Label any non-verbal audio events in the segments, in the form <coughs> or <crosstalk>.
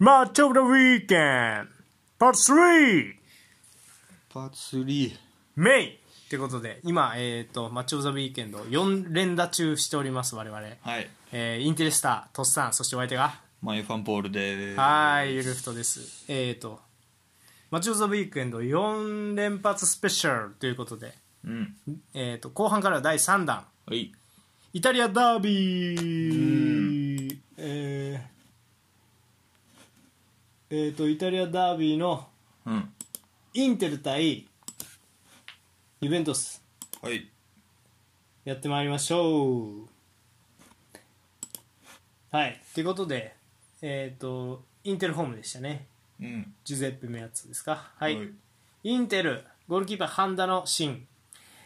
Much of the Weekend Part 3! パーツ3メイってことで今、えー、とマッチ・オブ・ザ・ウィーケンド4連打中しております我々、はいえーインテレスターとっさんそしてお相手がマイファンポールでーすはーいゆるふとですえっ、とマッチ・オブ・ザ・ウィーケンド4連発スペシャルということで、うんえー、と後半からは第3弾はいイタリアダービーえーえーとイタリアダービーのうんインテル対ユベントスはいやってまいりましょうはいということでえっ、とインテルホームでしたねうんジュゼッペ・メアッツですかはい、はいインテルゴールキーパーハンダのシーン、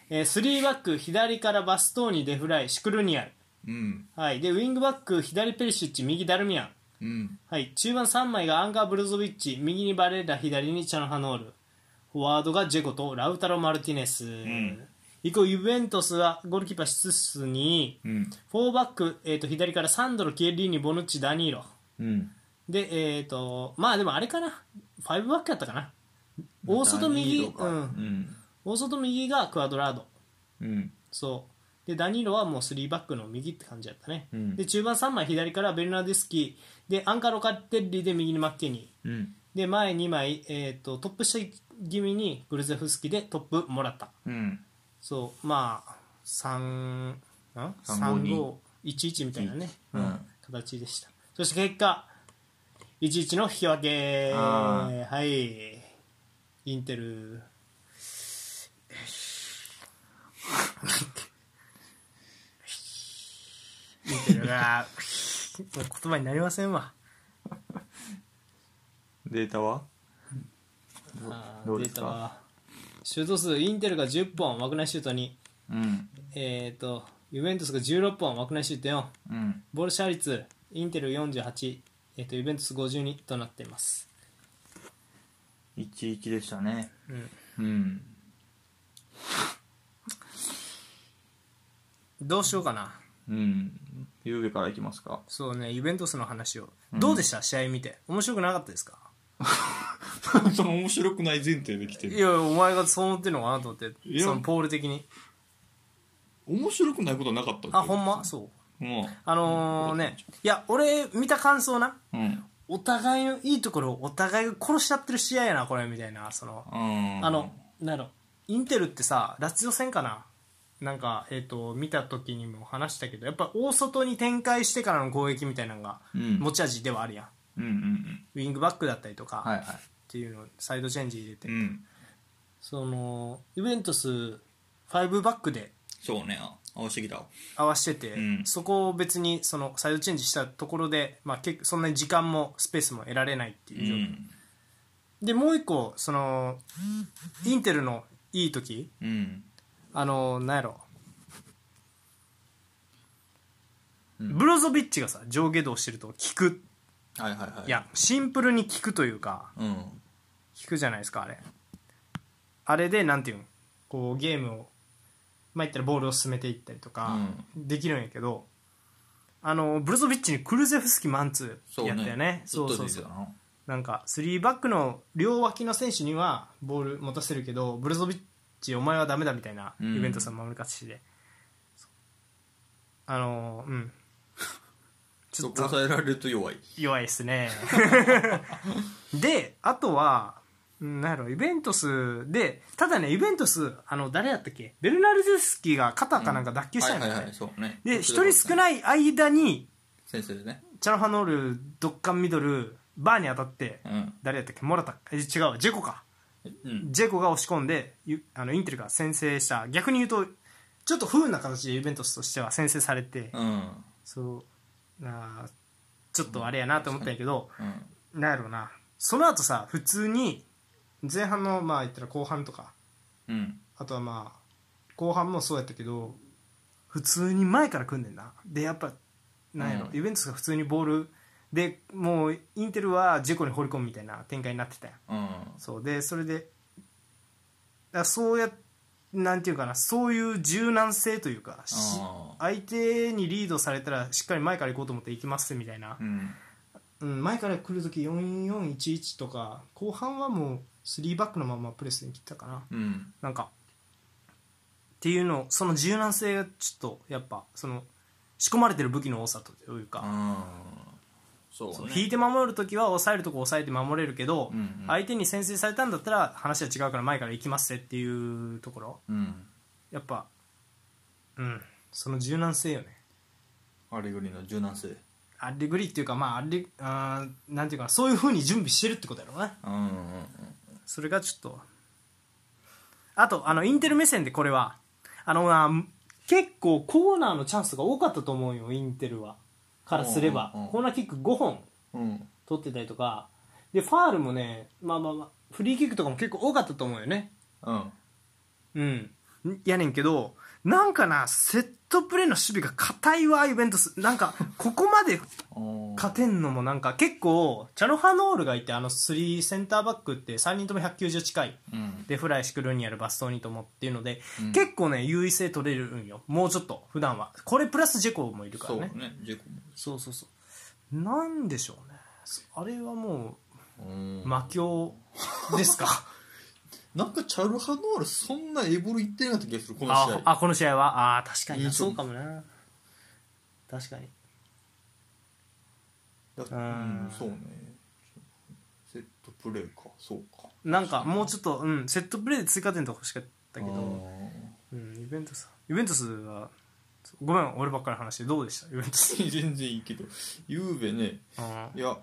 えー、3バック左からバストーニデフライシクルニアルうんはい、でウィングバック左ペリシッチ右ダルミアン、うんはい、中盤3枚がアンガー・ブルゾビッチ右にバレーラ左にチャノハノールフォワードがジェコとラウタロ・マルティネス、ん以降ユベントスはゴールキーパーシツスにうん4バック、えー、と左からサンドロ・キエリーニボヌッチダニーロうんでえっ、とまあでもあれかな5バックやったかな大外右、ダニーロかうん、大外右がクアドラードうんうんそうでダニーロはもう3バックの右って感じだったね、うんで中盤3枚左からベルナデスキでアンカロカッテッリで右にマッケニうんーで前2枚、えー、とトップ下気味にグルゼフスキでトップもらったうんそうまあ3ん352 3511みたいなね、うん形でしたそして結果11の引き分けあはいインテル <laughs> インテルが <laughs> もう言葉になりませんわデータはあどーうデでーすタかはシュート数インテルが10本枠内シュート2うんえっ、とユベントスが16本枠内シュート4うんボールシャー率インテル48、えー、とユベントス52となっています、 11でしたねうん、うんどうしようかなうんゆうべからいきま <laughs> すかそうねユベントスの話をどうでした、試合見て面白くなかったですかその面白くない前提で来ていやお前がそう思ってるのかなと思っていやそのポール的に面白くないことはなかったあほんまそううんあのーねいや俺見た感想なうんお互いのいいところをお互いが殺しちゃってる試合やなこれみたいなそのああの、なんだろう、インテルってさ、ラツィオ戦かななんか、えっ、と、見た時にも話したけど、やっぱ大外に展開してからの攻撃みたいなのが、うん持ち味ではあるやん。うんうんうんウィングバックだったりとか、はいっはていうのをサイドチェンジ入れて、いうんその、ユベントス、5バックでそうねあ合わせてきたわ合わせてて、うんそこを別に、その、サイドチェンジしたところで、まあ、結構そんなに時間もスペースも得られないっていう状況。で、もう一個、その、インテルのいい時うんあのなんやろ、うんブロゾビッチがさ上下動してると聞くはいはいはいいやシンプルに聞くというかうん聞くじゃないですかあれあれでなんていうんこうゲームをまあ言ったらボールを進めていったりとかできるんやけど、あのブロゾビッチにクルゼフスキマンツそーうやったよねずっそうとそう出そてうたななんか3バックの両脇の選手にはボール持たせるけどブルゾビッチお前はダメだみたいなうんイベントさん守り勝ちで、あのーうん <laughs> ちちょょっっとと抑えられると弱い弱いですね <laughs> であとはうんなんやろイベントスでただねイベントスあの誰やったっけベルナルデスキが肩かなんか脱臼したんだはいよはいはねいそうねで一人少いない間に先生でねチャノハノールドッカンミドルバーに当たって、うん誰やったっけモラタえ違うジェコかうんジェコが押し込んでゆあのインテルが先制した逆に言うとちょっと不運な形でユベントスとしては先制されて、うんそうなあちょっとあれやなと思ったんやけど、うんなんやろうなその後さ普通に前半のまあ言ったら後半とかうんあとはまあ後半もそうやったけど普通に前から組んでんなでやっぱなんやろ、うんユベントスが普通にボールでもうインテルはジェコに放り込むみたいな展開になってたやんうんそうでそれでだからそうやなんていうかなそういう柔軟性というかしあー相手にリードされたらしっかり前から行こうと思って行きますみたいなうんうん、前から来る時4411とか後半はもう3バックのままプレスに切ったかなうんなんかっていうのその柔軟性がちょっとやっぱその仕込まれてる武器の多さというか、あーそうそうね引いて守る時は抑えるとこ抑えて守れるけど、うんうん相手に先制されたんだったら話は違うから前から行きますぜっていうところうんやっぱうんその柔軟性よねアレグリの柔軟性アレグリっていうかまあアレあーなんていうかなそういうふうに準備してるってことやろうねうんうんそれがちょっとあとあのインテル目線でこれはあのな結構コーナーのチャンスが多かったと思うよインテルはからすれば、うんうんうんコーナーキック5本うんうん取ってたりとかでファールもねまあまあまあフリーキックとかも結構多かったと思うよねうんうんやねんけどなんかなセットプレーの守備が硬いわユベントスなんかここまでおー勝てんのもなんか結構チャノハノールがいてあの3センターバックって3人とも190近いうんでフライシクルニアルバストーニともっていうので、うん結構ね優位性取れるんよもうちょっと普段はこれプラスジェコもいるかそらうねねジェコもそうそうそうなんでしょうねあれはもうんう魔境ですかなんかチャルハノールそんなエボルいってなかった気がするこの試あ合あこの試合はああ確かにな印象そうかもな確かにだううんんそうねセットプレーかそうかなんかもうちょっと、うん、セットプレーで追加点とか欲しかったけあど、うーん、イベントスイベントスはごめん俺ばっかり話してどうでしたイベント <laughs> ス全然いいけどゆうべねあいや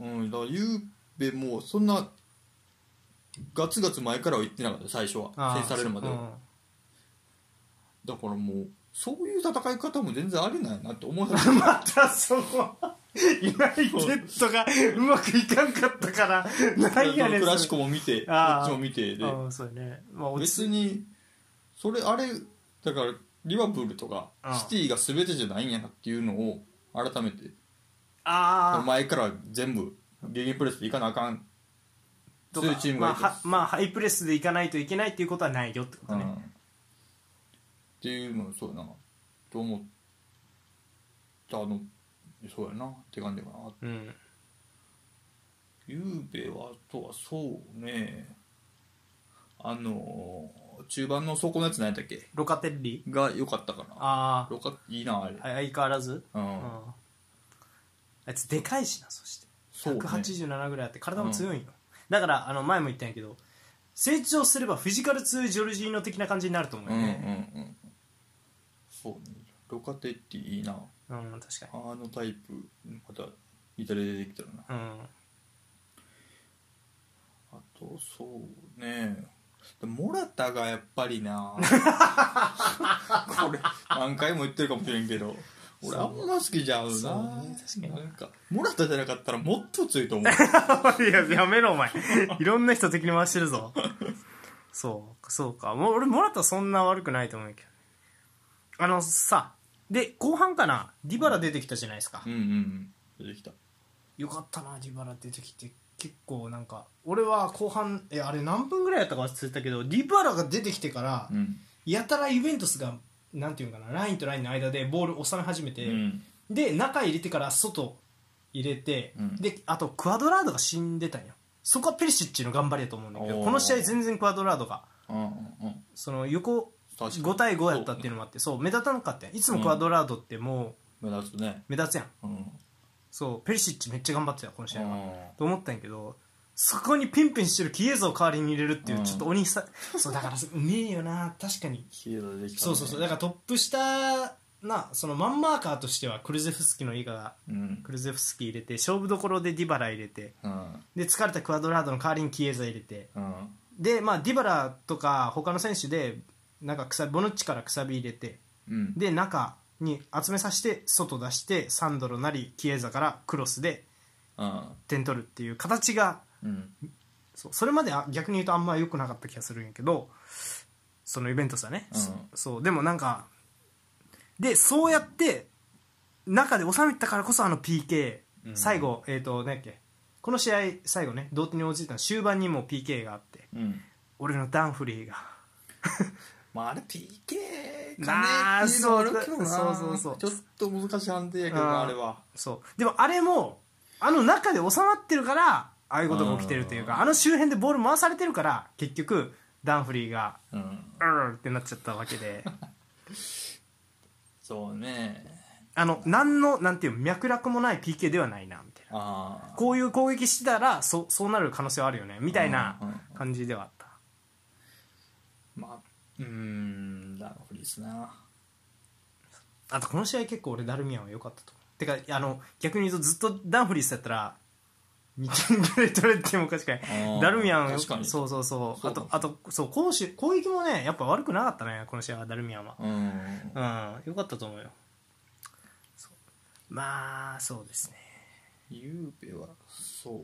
うんだからゆうべもそんなガツガツ前からは言ってなかった最初は制されるまではだからもうそういう戦い方も全然ありないなって思わ <laughs> なかっまたそこユナイテッドがうまくいかんかったからたなんやねんクラそシれコも見てこあーっちも見てでああそうやね、まあ、落ち別着いにそれあれだからリバプールとかうんシティが全てじゃないんやなっていうのを改めてああ前から全部ゲゲンプレスでいかなあかんとそういうかチームまがあいてはまあハイプレスでいかないといけないっていうことはないよってことうね、んっていうのそうやなと思ったのそうやなって感じかなうん、ゆうべはあとはそうねあのー中盤の底のやつ何やったっけロカテッリが良かったかなあよかいいなあれ、あ相変わらず、ううんん、あいつでかいしなそしてそうね187ぐらいあって体も強いんよ、だからあの前も言ったんやけど成長すればフィジカル2ジョルジーノ的な感じになると思ううよんうんねうんそうねロカテッティいいなうん、確かあのタイプまたイタリアでできたらなにうん <laughs> あとそうねでモラタがやっぱ <laughs> りなこれ何回も言ってるかもしれんけど俺あんま好きじゃうなそうね確かになんかモラタじゃなかったらもっと強いと思う <laughs> いや、やめろ、お前。 <laughs> いろんな人敵に回してるぞ。そう、そうか。もう俺、もらったらそんな悪くないと思うけど。あの、さ、で、後半かな、ディバラ出てきたじゃないですかうん。うんうん出てきたよかったな、ディバラ出てきて。結構なんか、俺は後半、え、あれ何分ぐらいやったか忘れたけど、ディバラが出てきてから、うんやたらユベントスが、なんていうのかな、ラインとラインの間でボール収め始めて、うんで中入れてから外入れて、うんであとクアドラードが死んでたんよそこはペリシッチの頑張りだと思うんだけどおーこの試合全然クアドラードがうんうんうんその横確かに5対5やったっていうのもあってそう,、目立たなかったやんいつもクアドラードっても目立つねう目立つやんうんそうペリシッチめっちゃ頑張ってたよこの試合はあと思ったんやけどそこにピンピンしてるキエゾを代わりに入れるっていう、うんちょっと鬼さそうだからうめえよな確かにヒーローできたそうそうそうだからトップ下なそのマンマーカーとしてはクルゼフスキのいいがうんクルゼフスキ入れて勝負どころでディバラ入れてうんで疲れたクアドラードの代わりにキエザ入れてうんで、まあ、ディバラとか他の選手でなんかくさボヌッチからくさび入れてうんで中に集めさせて外出してサンドロなりキエザからクロスでうん点取るっていう形がうんそうそれまであ逆に言うとあんま良くなかった気がするんやけどそのイベントスはね、うんそそうでもなんかでそうやって中で収めたからこそあの PK、うん最後えっ、と何やっけこの試合最後ね同点に応じたの終盤にもう PK があってうん俺のダンフリーがまああれ PK まかねあっていうのはあるけどなそうそうそうちょっと難しい判定やけどうんなあれはそうでもあれもあの中で収まってるからああいうことが起きてるといううかあの周辺でボール回されてるから結局ダンフリーがうんうーってなっちゃったわけ <laughs> でそうねあの何のなんていうの脈絡もない PK ではないなみたいなああこういう攻撃してたらそそうなる可能性はあるよねみたいなうんうん感じではあったまあうーんダンフリースなあとこの試合結構俺ダルミアンは良かったと思うてかあの逆に言うとずっとダンフリースだったら2点ぐらい取れてもおかしくないーダルミアン確かにそうそうそうそあうとかもあとそう攻守攻撃もねやっぱ悪くなかったねこの試合はダルミアンはうんうん良かったと思うよそうまあそうですねゆうべはそ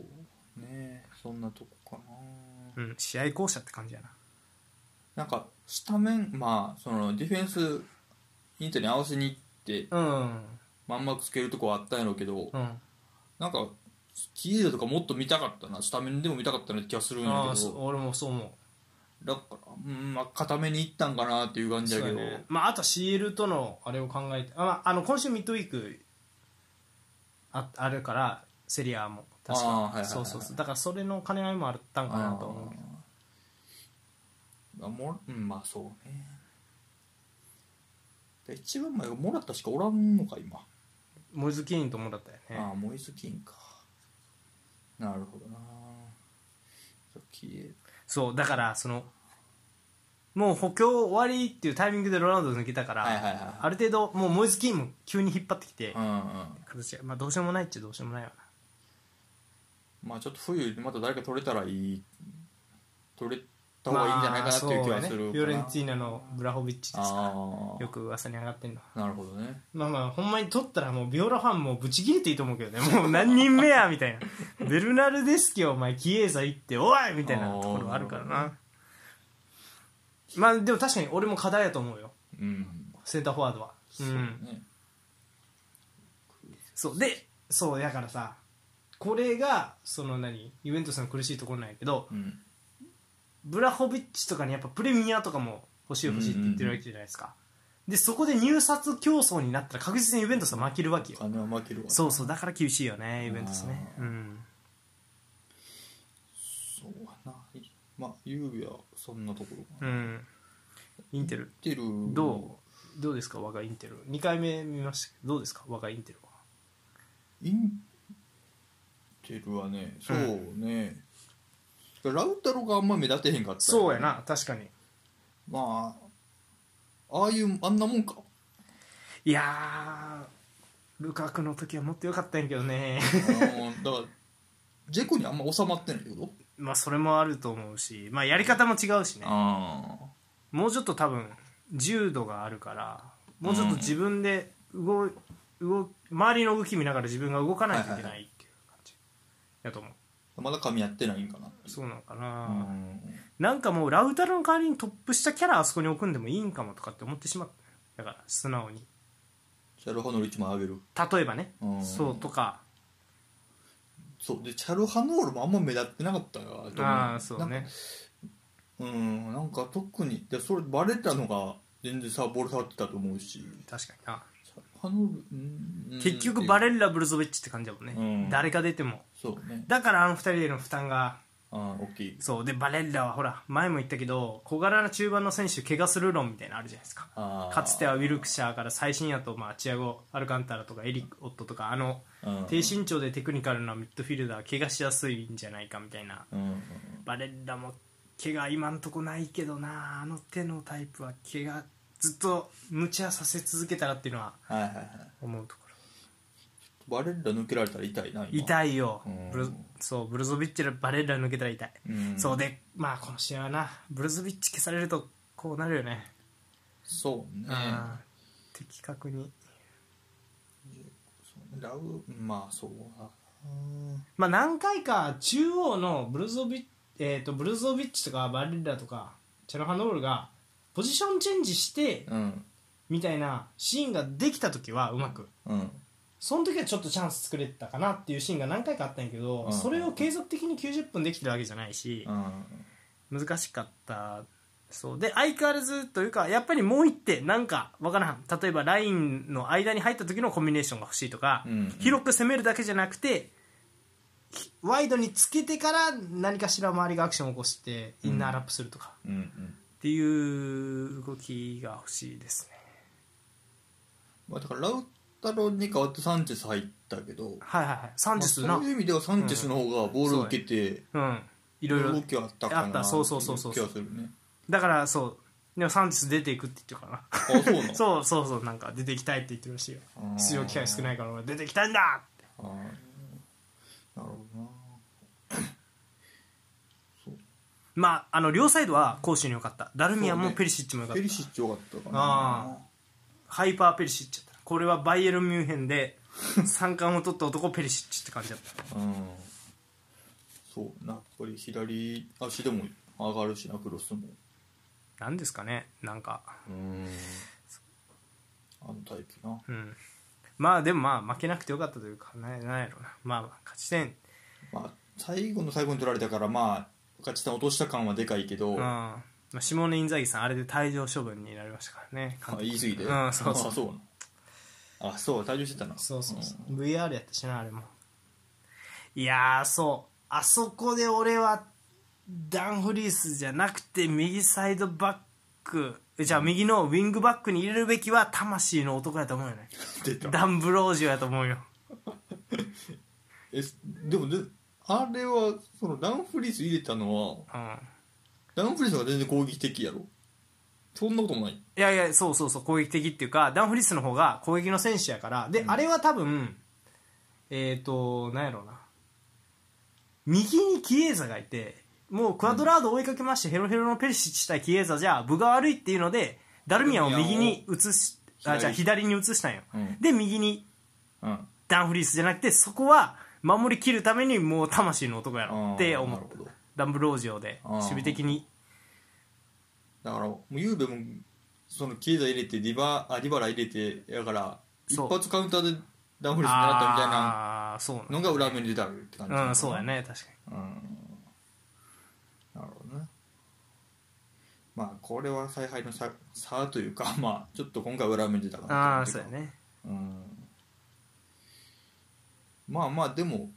うねそんなとこかなうん試合巧者って感じやななんかスタメンまあそのディフェンスインテに合わせに行ってうんまんまくつけるとこはあったんやろうけど、うんなんかキールとかもっと見たかったなスタメンでも見たかったなって気がするんあだあけそどう俺もそう思うだからうんまあ固めにいったんかなっていう感じだけどそうやねまあ、あと CL とのあれを考えてあ、まあ、あの今週ミッドウィークああるからセリアも確あーはいはいかはいそうそうそうだからそれの兼ね合いもあったんかなと思うけどあーあもらうんまあそうねで一番前がもらったしかおらんのか今、モイズ・キーンともだったよねああモイズキンかなるほどなそうキールそうだからそのもう補強終わりっていうタイミングでロナウド抜けたから、はいはいはいはいある程度もうモイズ・キーンも急に引っ張ってきて、うんうん形がまあ、どうしようもないっちゃどうしようもないわまあちょっと冬また誰か取れたらいい取れた方がいいんじゃないかなっていう気はするかな、まあそうやねフィオレンティーナのブラホビッチですかあらあよく噂に上がってんのはなるほどねまあまあほんまに取ったらもうビオラファンもブチ切れていいと思うけどねもう何人目やみたいなベルナルデスキをお前キエーザ行っておいみたいなところはあるからなまあでも確かに俺も課題やと思うようんセンターフォワードはうそうんねそうでそうだからさこれがその何ユベントスの苦しいところなんやけどうんブラホビッチとかにやっぱプレミアとかも欲しい欲しいって言ってるわけじゃないですかでそこで入札競争になったら確実にユベントスは負けるわけよ金は負けるわそうそうだから厳しいよねイベントですねあうーんそうやないまあゆうべはそんなところかうな、んインテルてるどうどうですか我がインテル2回目見ましたけどどうですか我がインテルはインテルはねそうね、ラウタロがあんま目立てへんかった、そうやな確かにまあああいうあんなもんかいやールカクの時はもっと良かったんやけどね <laughs> あのだからジェコにあんま収まってないけどまあそれもあると思うしまあやり方も違うしねああもうちょっと多分自由度があるからもうちょっと自分で動い動周りの動き見ながら自分が動かないといけないっていう感じやと思うまだ髪やってないんかなそうなのかうな、んなんかもうラウタロの代わりにトップしたキャラあそこに置くんでもいいんかもとかって思ってしまっただから素直にチャルハノール1枚あげる例えばねうんそうとかそうでチャルハノールもあんま目立ってなかったよと思うああそうねうんなんか特にでそれバレたのが全然さボール触ってたと思うし確かになハノルうん結局バレるッラ・ブルゾビッチって感じだもんね、うん誰か出てもそうねだからあの二人への負担がああ大きいそうでバレッラはほら前も言ったけど小柄な中盤の選手怪我する論みたいなのあるじゃないですかああかつてはウィルクシャーから最新やと、まあ、チアゴ・アルカンタラとかエリック・オットとかあのうん低身長でテクニカルなミッドフィルダー怪我しやすいんじゃないかみたいなうんうんバレッラも怪我今んとこないけどなあの手のタイプは怪我ずっと無茶させ続けたらっていうのははいはいはい思うところバレッラ抜けられたら痛いな今い痛いようんブルそうブルゾビッチのバレッラ抜けたら痛い、うんそうでまあこの試合はなブルゾビッチ消されるとこうなるよね、そうねうん的確にラウまあそうだうんまあ何回か中央のブルゾビッチ、えー、とブルゾビッチとかバレッラとかチャルハノールがポジションチェンジしてうんみたいなシーンができた時はうまくうんその時はちょっとチャンス作れてたかなっていうシーンが何回かあったんやけど、うんそれを継続的に90分できてるわけじゃないしう、ん難しかったそうで相変わらずというかやっぱりもう一手なんかわからん例えばラインの間に入った時のコンビネーションが欲しいとか、うんうん広く攻めるだけじゃなくてひワイドにつけてから何かしら周りがアクションを起こしてインナーラップするとか、うんうんっていう動きが欲しいですねまあ、だからラウタロに代わってサンチェス入ったけど、はいはいはいサンまチあ、ェスそなういう意味ではサンチェスの方がボールを受けてうんいろいろ動きはあったかあっなたそうそうそうそう気がするねだからそうでもサンチェス出ていくって言ってるかあそうならのそうそうそうなんか出ていきたいって言ってるらしいよあー出場機会少ないから俺出てきたいんだってあーなるほどなまああの両サイドは攻守に良かったダルミアンもペリシッチも良かっペた、リシッチよかったかなあハイパーペリシッチだったこれはバイエルンミュンヘンで三冠を取った男ペリシッチって感じだったうんそうなやっぱり左足でも上がるしなクロスもなんですかねなんかうんあのタイプなうんまあでもまあ負けなくてよかったというかななんやろうなまあまあ勝ち点まあ最後の最後に取られたからまあ勝ち点落とした感はでかいけど、うんままあ、シモネ・インザギさんあれで退場処分になりましたからねあ、言い過ぎて、うんそうそうあそうなあそう退場してたなそうそうそう、VR やったしなあれもいやーそうあそこで俺はダンフリースじゃなくて右サイドバックじゃあ右のウィングバックに入れるべきは魂の男やと思うよねうん <laughs> 出たダンブロージュやと思うよえでもであれはそのダンフリース入れたのうはんダンフリースが全然攻撃的やろそんなこともないいやいやそうそうそう攻撃的っていうかダンフリースの方が攻撃の選手やからで、あれは多分えっ、ー、となんやろうな右にキエーザがいてもうクアドラードを追いかけまして、ヘロヘロのペリシッチ対キエーザじゃ分が悪いっていうのでダルミアンを右に移しあ左じゃあ左に移したんよ、うんで右にうんダンフリースじゃなくてそこは守りきるためにもう魂の男やろって思っあーなるほたどダンブロージオであー守備的にだからもうゆうべもその経済入れてディバあディバラ入れてだから一そう発カウンターでダンフリース狙ったみたいなああーそうのが裏目に出たって感じ、なうんそうやね確かにうんなるほどねまあこれは采配の差差というかまあちょっと今回裏目に出たかあなあってそいううやかねうんまあまあでも、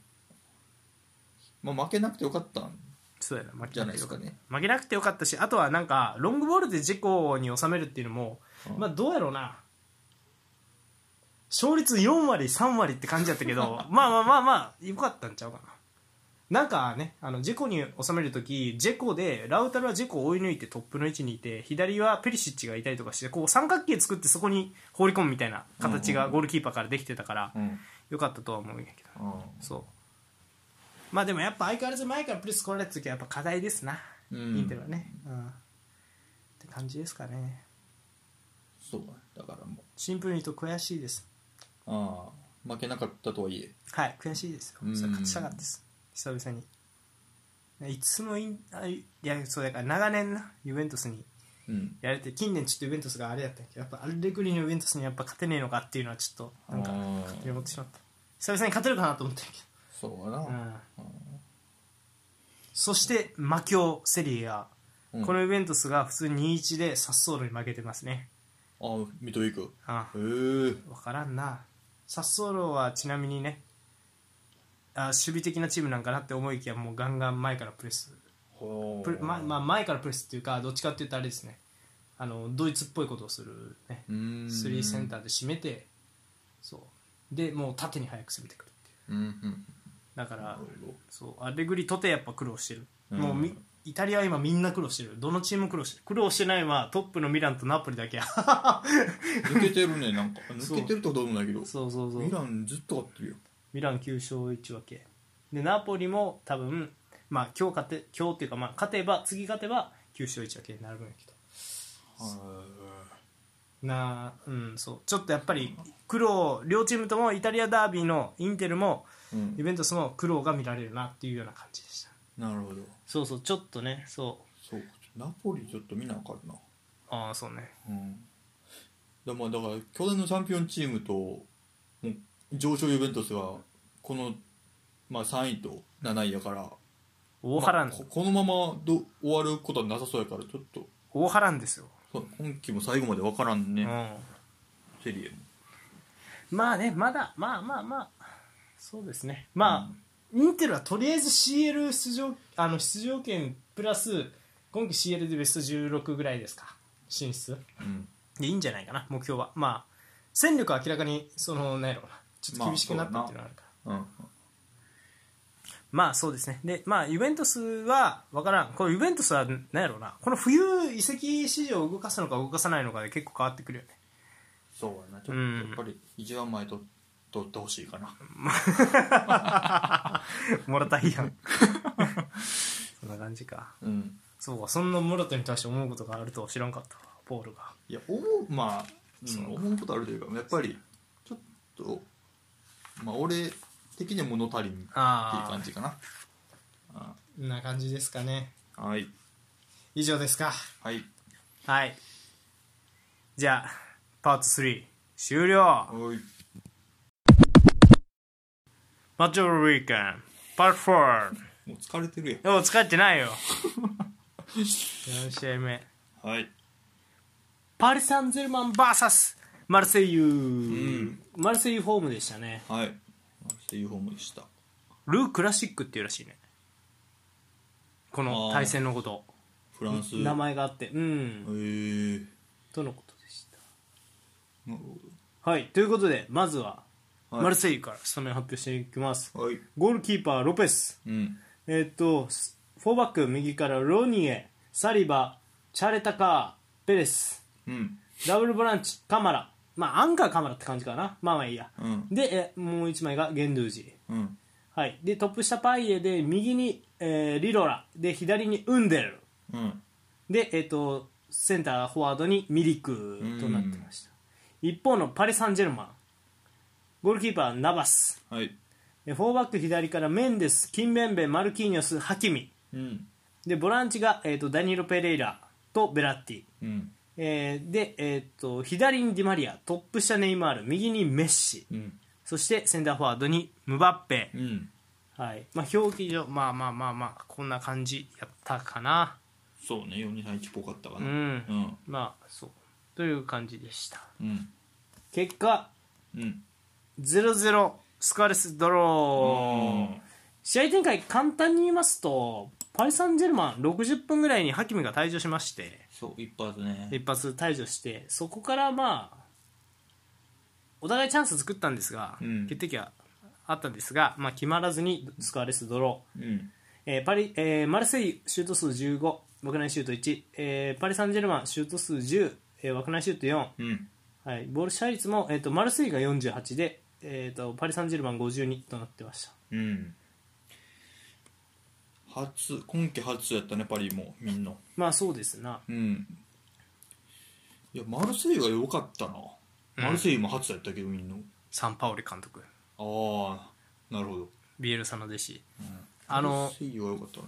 まあ、負けなくてよかったんそうやな負じけゃなくてないですよかかったね負けなくてよかったしあとはなんかロングボールで自己に収めるっていうのも、うんまあどうやろうな勝率4割3割って感じだったけど <laughs> まあまあまあまあよかったんちゃうかななんかねあのジェコに収める時ジェコでラウタルはジェコを追い抜いてトップの位置にいて左はペリシッチがいたりとかしてこう三角形作ってそこに放り込むみたいな形がゴールキーパーからできてたからうん、よかったとは思うんやけどうんそうまあでもやっぱ相変わらず前からプレス来られた時はやっぱ課題ですな、うんインテルはね、うん、って感じですかねそうだからもうシンプルに言うと悔しいですああ負けなかったとはいえはい悔しいですようんそれ勝ちたかったです久々にいつもインあいやそうだから長年なユベントスにうんやれて近年ちょっとユベントスがあれやったんやけどやっぱアルレグリーのユベントスにやっぱ勝てねえのかっていうのはちょっとなんかあー勝手に思ってしまった久々に勝てるかなと思ったんやけどそうだな、そして魔境セリア、うんこのイベントスが普通に2-1でサッソーロに負けてますねああミトウィークあへえ分からんなサッソーロはちなみにねあ守備的なチームなんかなって思いきやもうガンガン前からプレスほプレままあ、前からプレスっていうかどっちかっていうとあれですねあのドイツっぽいことをする、ね、うーん3センターで締めてそうでもう縦に早く攻めてくるっていううんうんだからなるほどそうアレグリとてやっぱ苦労してる、うんもうみイタリアは今みんな苦労してるどのチームも苦労してる苦労してないのはトップのミランとナポリだけ抜けてるねなんかそう抜けてるってことはないけどそうそうそうミランずっと勝ってるよミラン9勝1分けでナポリも多分まあ今日勝て今日っていうかまあ勝てば次勝てば9勝1分けになるんやけどなあうんそうちょっとやっぱり苦労両チームともイタリアダービーのインテルもうんイベントスも苦労が見られるなっていうような感じでしたなるほどそうそうちょっとねそうそうナポリちょっと見なあかんなああそうねうんでもだから去年のチャンピオンチームともう上昇ユベントスがこの、まあ、3位と7位やから大波乱まあここのままど終わることはなさそうやからちょっと大波乱ですよ、そう今季も最後まで分からんうね、ん、セリエもまあねまだまあまあまあそうですねまあ、インテルはとりあえず CL 出場あの出場権プラス今季 CL でベスト16ぐらいですか進出うんでいいんじゃないかな目標はまあ戦力は明らかにそのなんやろうなちょっと厳しくなったっていうのはあるから、うんまあそうですねでまあユベントスは分からんこれユベントスはなんやろうなこの冬移籍市場を動かすのか動かさないのかで結構変わってくるよねそうやなちょうっとんやっぱり一番前と取ってほしいかな <laughs> もろたいやんそんな感じかうんそうかそんなモラトに対して思うことがあるとは知らんかったわポールがいや思うまあ、うん、思うことあるというかやっぱりちょっとまあ俺的には物足りんっていうあ感じかなああな感じですかねはい以上ですかはいはいじゃあパート3終了おいマッチョブウィーケンパート4もう疲れてるでも疲れてないよ4試合目やんはいパリ・サンジェルマン VS マルセイユ、んマルセイユホームでしたねはいっていう方もしたルー・クラシックっていうらしいねこの対戦のことフランス名前があってうへえんー、とのことでしたなるほはいということでまずははいマルセイユからスタメン発表していきます、どはいゴールキーパーロペスうんえっ、とスフォーバック右からロニエサリバチャレタカーペレスうんダブルボランチカマラまあアンカーカマラって感じかなまあまあいいや、うんでえもう1枚がゲンドゥージうんはいでトップ下パイエで右に、えーリロラで左にウンデルうんで、えっとセンターフォワードにミリクとなってました一方のパリ・サンジェルマンゴールキーパーナバスはいでフォーバック左からメンデスキンベンベマルキーニョスハキミうんでボランチが、えっとダニーロ・ペレイラとベラッティ、うんえーで、えっと左にディマリアトップ下ネイマール右にメッシうんそしてセンターフォワードにムバッペ、うんはいまあ、表記上まあまあまあまあこんな感じやったかなそうね4231っぽかったかうなんうんまあそうという感じでしたうん結果うん0-0スコアレスドロー試合展開簡単に言いますとパリ・サンジェルマン60分ぐらいにハキミが退場しましてそう一発ね一発退場してそこからまあお互いチャンス作ったんですが、うん決定機はあったんですが、まあ、決まらずにスコアレスドロー、うんえーパリえーマルセイユシュート数15枠内シュート1、えーパリ・サンジェルマンシュート数10、えー枠内シュート4、うんはい、ボール支配率も、えー、とマルセイユが48で、えー、とパリ・サンジェルマン52となってましたうん初今季初やったねパリもみんなまあそうですなうんいやマルセイユが良かったな、うんマルセイユも初やったけどみんなサンパオリ監督ああなるほどビエルサの弟子あのマルセイユは良かったね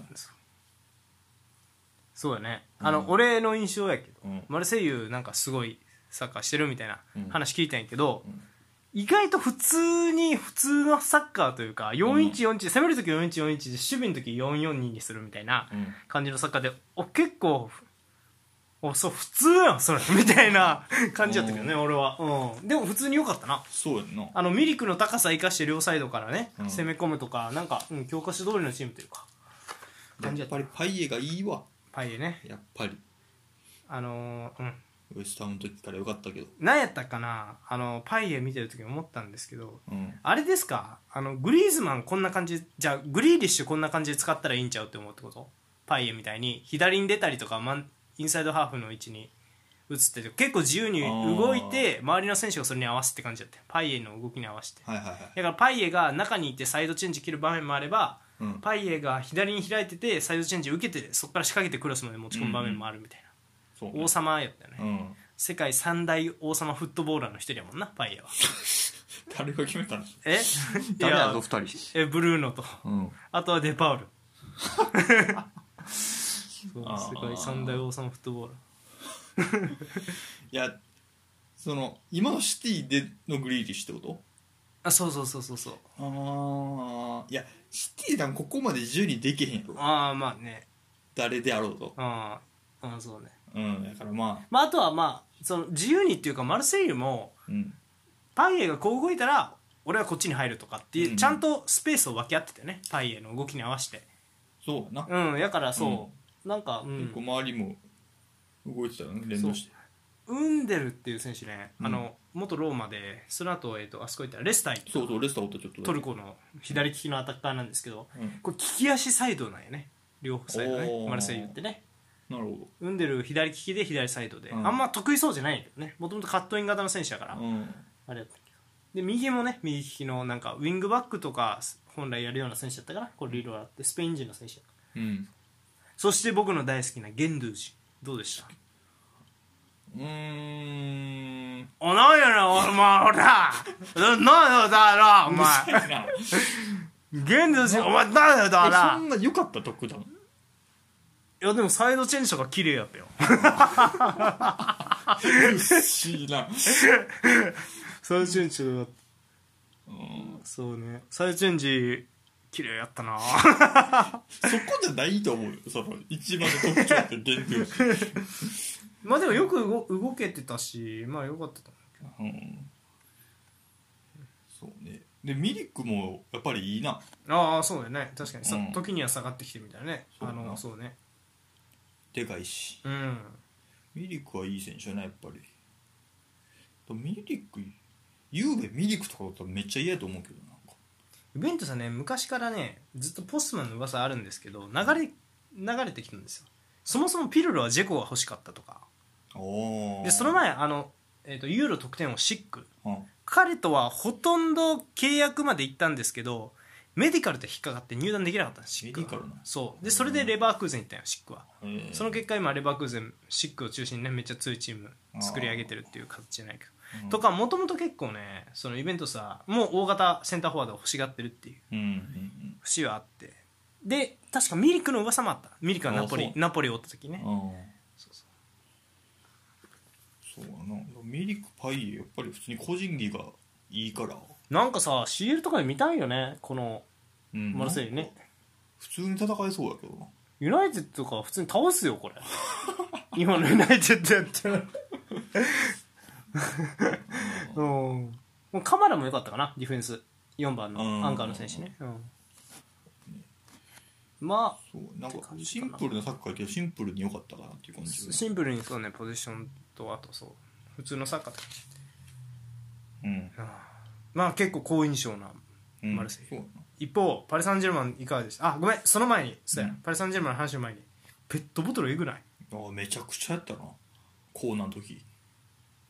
そうやねあの、うん俺の印象やけど、うんマルセイユなんかすごいサッカーしてるみたいなうん話聞いたんやけど、ん意外と普通に普通のサッカーというか4141、攻める時4141で守備の時442にするみたいな、うん感じの作家でお結構おそう普通やんそれ <laughs> みたいな感じやったけどね俺は、うん、でも普通に良かったなそうやんなあのミリクの高さ生かして両サイドからね、うん攻め込むとかなんか、うん、教科書通りのチームというか感じややっったぱりパイエがいいわパイエねやっぱりあのーうんウエスタウンの時から良かったけど何やったかなあのパイエ見てる時思ったんですけどうんあれですかあのグリーズマンこんな感じじゃあグリーリッシュこんな感じで使ったらいいんちゃうって思うってことパイエみたいに左に出たりとかマンインサイドハーフの位置に移ってて結構自由に動いて周りの選手がそれに合わせて感じだったよパイエの動きに合わせてはいはいはいだからパイエが中にいてサイドチェンジ切る場面もあればうんパイエが左に開いててサイドチェンジ受けてそこから仕掛けてクロスまで持ち込む場面もあるみたいそうな、ね王様やったよね、うん世界三大王様フットボーラーの一人やもんなパイエは誰が決めたの <laughs> え誰いややの二人えブルーノとうんあとはデ <laughs> パウルそうあー世界三大王様フットボールいやその今のシティでのグリーリッシュってことあそうそうそうそうそうああいやシティなんかここまで自由にできへんやろああまあね誰であろうとあーあーそうねうん、だからまあ、まあ、あとはまあその自由にっていうかマルセイユもうん、パイエがこう動いたら俺はこっちに入るとかっていう、うんちゃんとスペースを分け合っててねパイエの動きに合わせてそうやな、うんやからそう、なんか、う結構ん、周りも動いてたよね連動してウンデルっていう選手ね、うんあの元ローマでその後、えー、とあそこ行ったらレスタイっていうそうそうレスターおったちょっとだけトルコの左利きのアタッカーなんですけどうんこれ利き足サイドなんやね両方サイドおねーマルセイユってねなるほウンデル左利きで左サイドで、うんあんま得意そうじゃないんだけどねもともとカットイン型の選手だから、どうんあれだったけどで右もね右利きのなんかウィングバックとか本来やるような選手だったからこれリロラってスペイン人の選手だったうんそして僕の大好きなゲンドゥージどうでしたうーんおなんやねんお前 <laughs> ほらなんだろお前なゲンドゥージお前なんだよだえそらんな良かった特段いやでもサイドチェンジとか綺麗やったようっしいなサイドチェンジだったうんそうねサイドチェンジ綺麗やったなそこじゃないと思うよその一番の特徴って限定 <laughs> まあでもよく動動けてたしまあよかったと思うんそうねでミリックもやっぱりいいなうああそうだよね確かに、さうん時には下がってきてみたいなねそうあだなのそうねでかいしうんミリックはいい選手やなやっぱりでもミリックゆうべミリックとかだったらめっちゃ嫌やと思うけどなんかイベントさんね昔からねずっとポストマンの噂あるんですけど流れ流れてきたんですよそもそもピルロはジェコが欲しかったとかおーでその前あの、えー、とユーロ得点王シックうん彼とはほとんど契約まで行ったんですけどメディカルと引っかかって入団できなかったんですシックはメディカルなそうでそれでレバークーゼン行ったんよシックはえーその結果今レバークーゼンシックを中心にねめっちゃ強いチーム作り上げてるっていう形じゃないかうんとかもともと結構ねそのイベントさもう大型センターフォワードを欲しがってるっていううんうん節はあってで確かミリクの噂もあったミリクはナポあリそうナポリを追った時ねうんあーそうそうそうやなミリックパイエやっぱり普通に個人技がいいから、なんかさ CL とかで見たいよねこのうんマルセイユね普通に戦えそうやけどなユナイテッドとか普通に倒すよこ <laughs> れ今のユナイテッドやったら <laughs> うんもうカマラも良かったかなディフェンス4番うんのアンカーの選手ね、うんまあそうなんってか感じシかンなプルなサッカーやけどシンプルに良かったかなっていう感じシンプルにそうねポジションとあとそう普通のサッカーとうん、まあ結構好印象なうん、マルセイユそうやな一方パリ・サンジェルマンいかがでしたあごめんその前にそうや、うんパリ・サンジェルマンの話の前にペットボトルえぐないあめちゃくちゃやったなコーナーの時、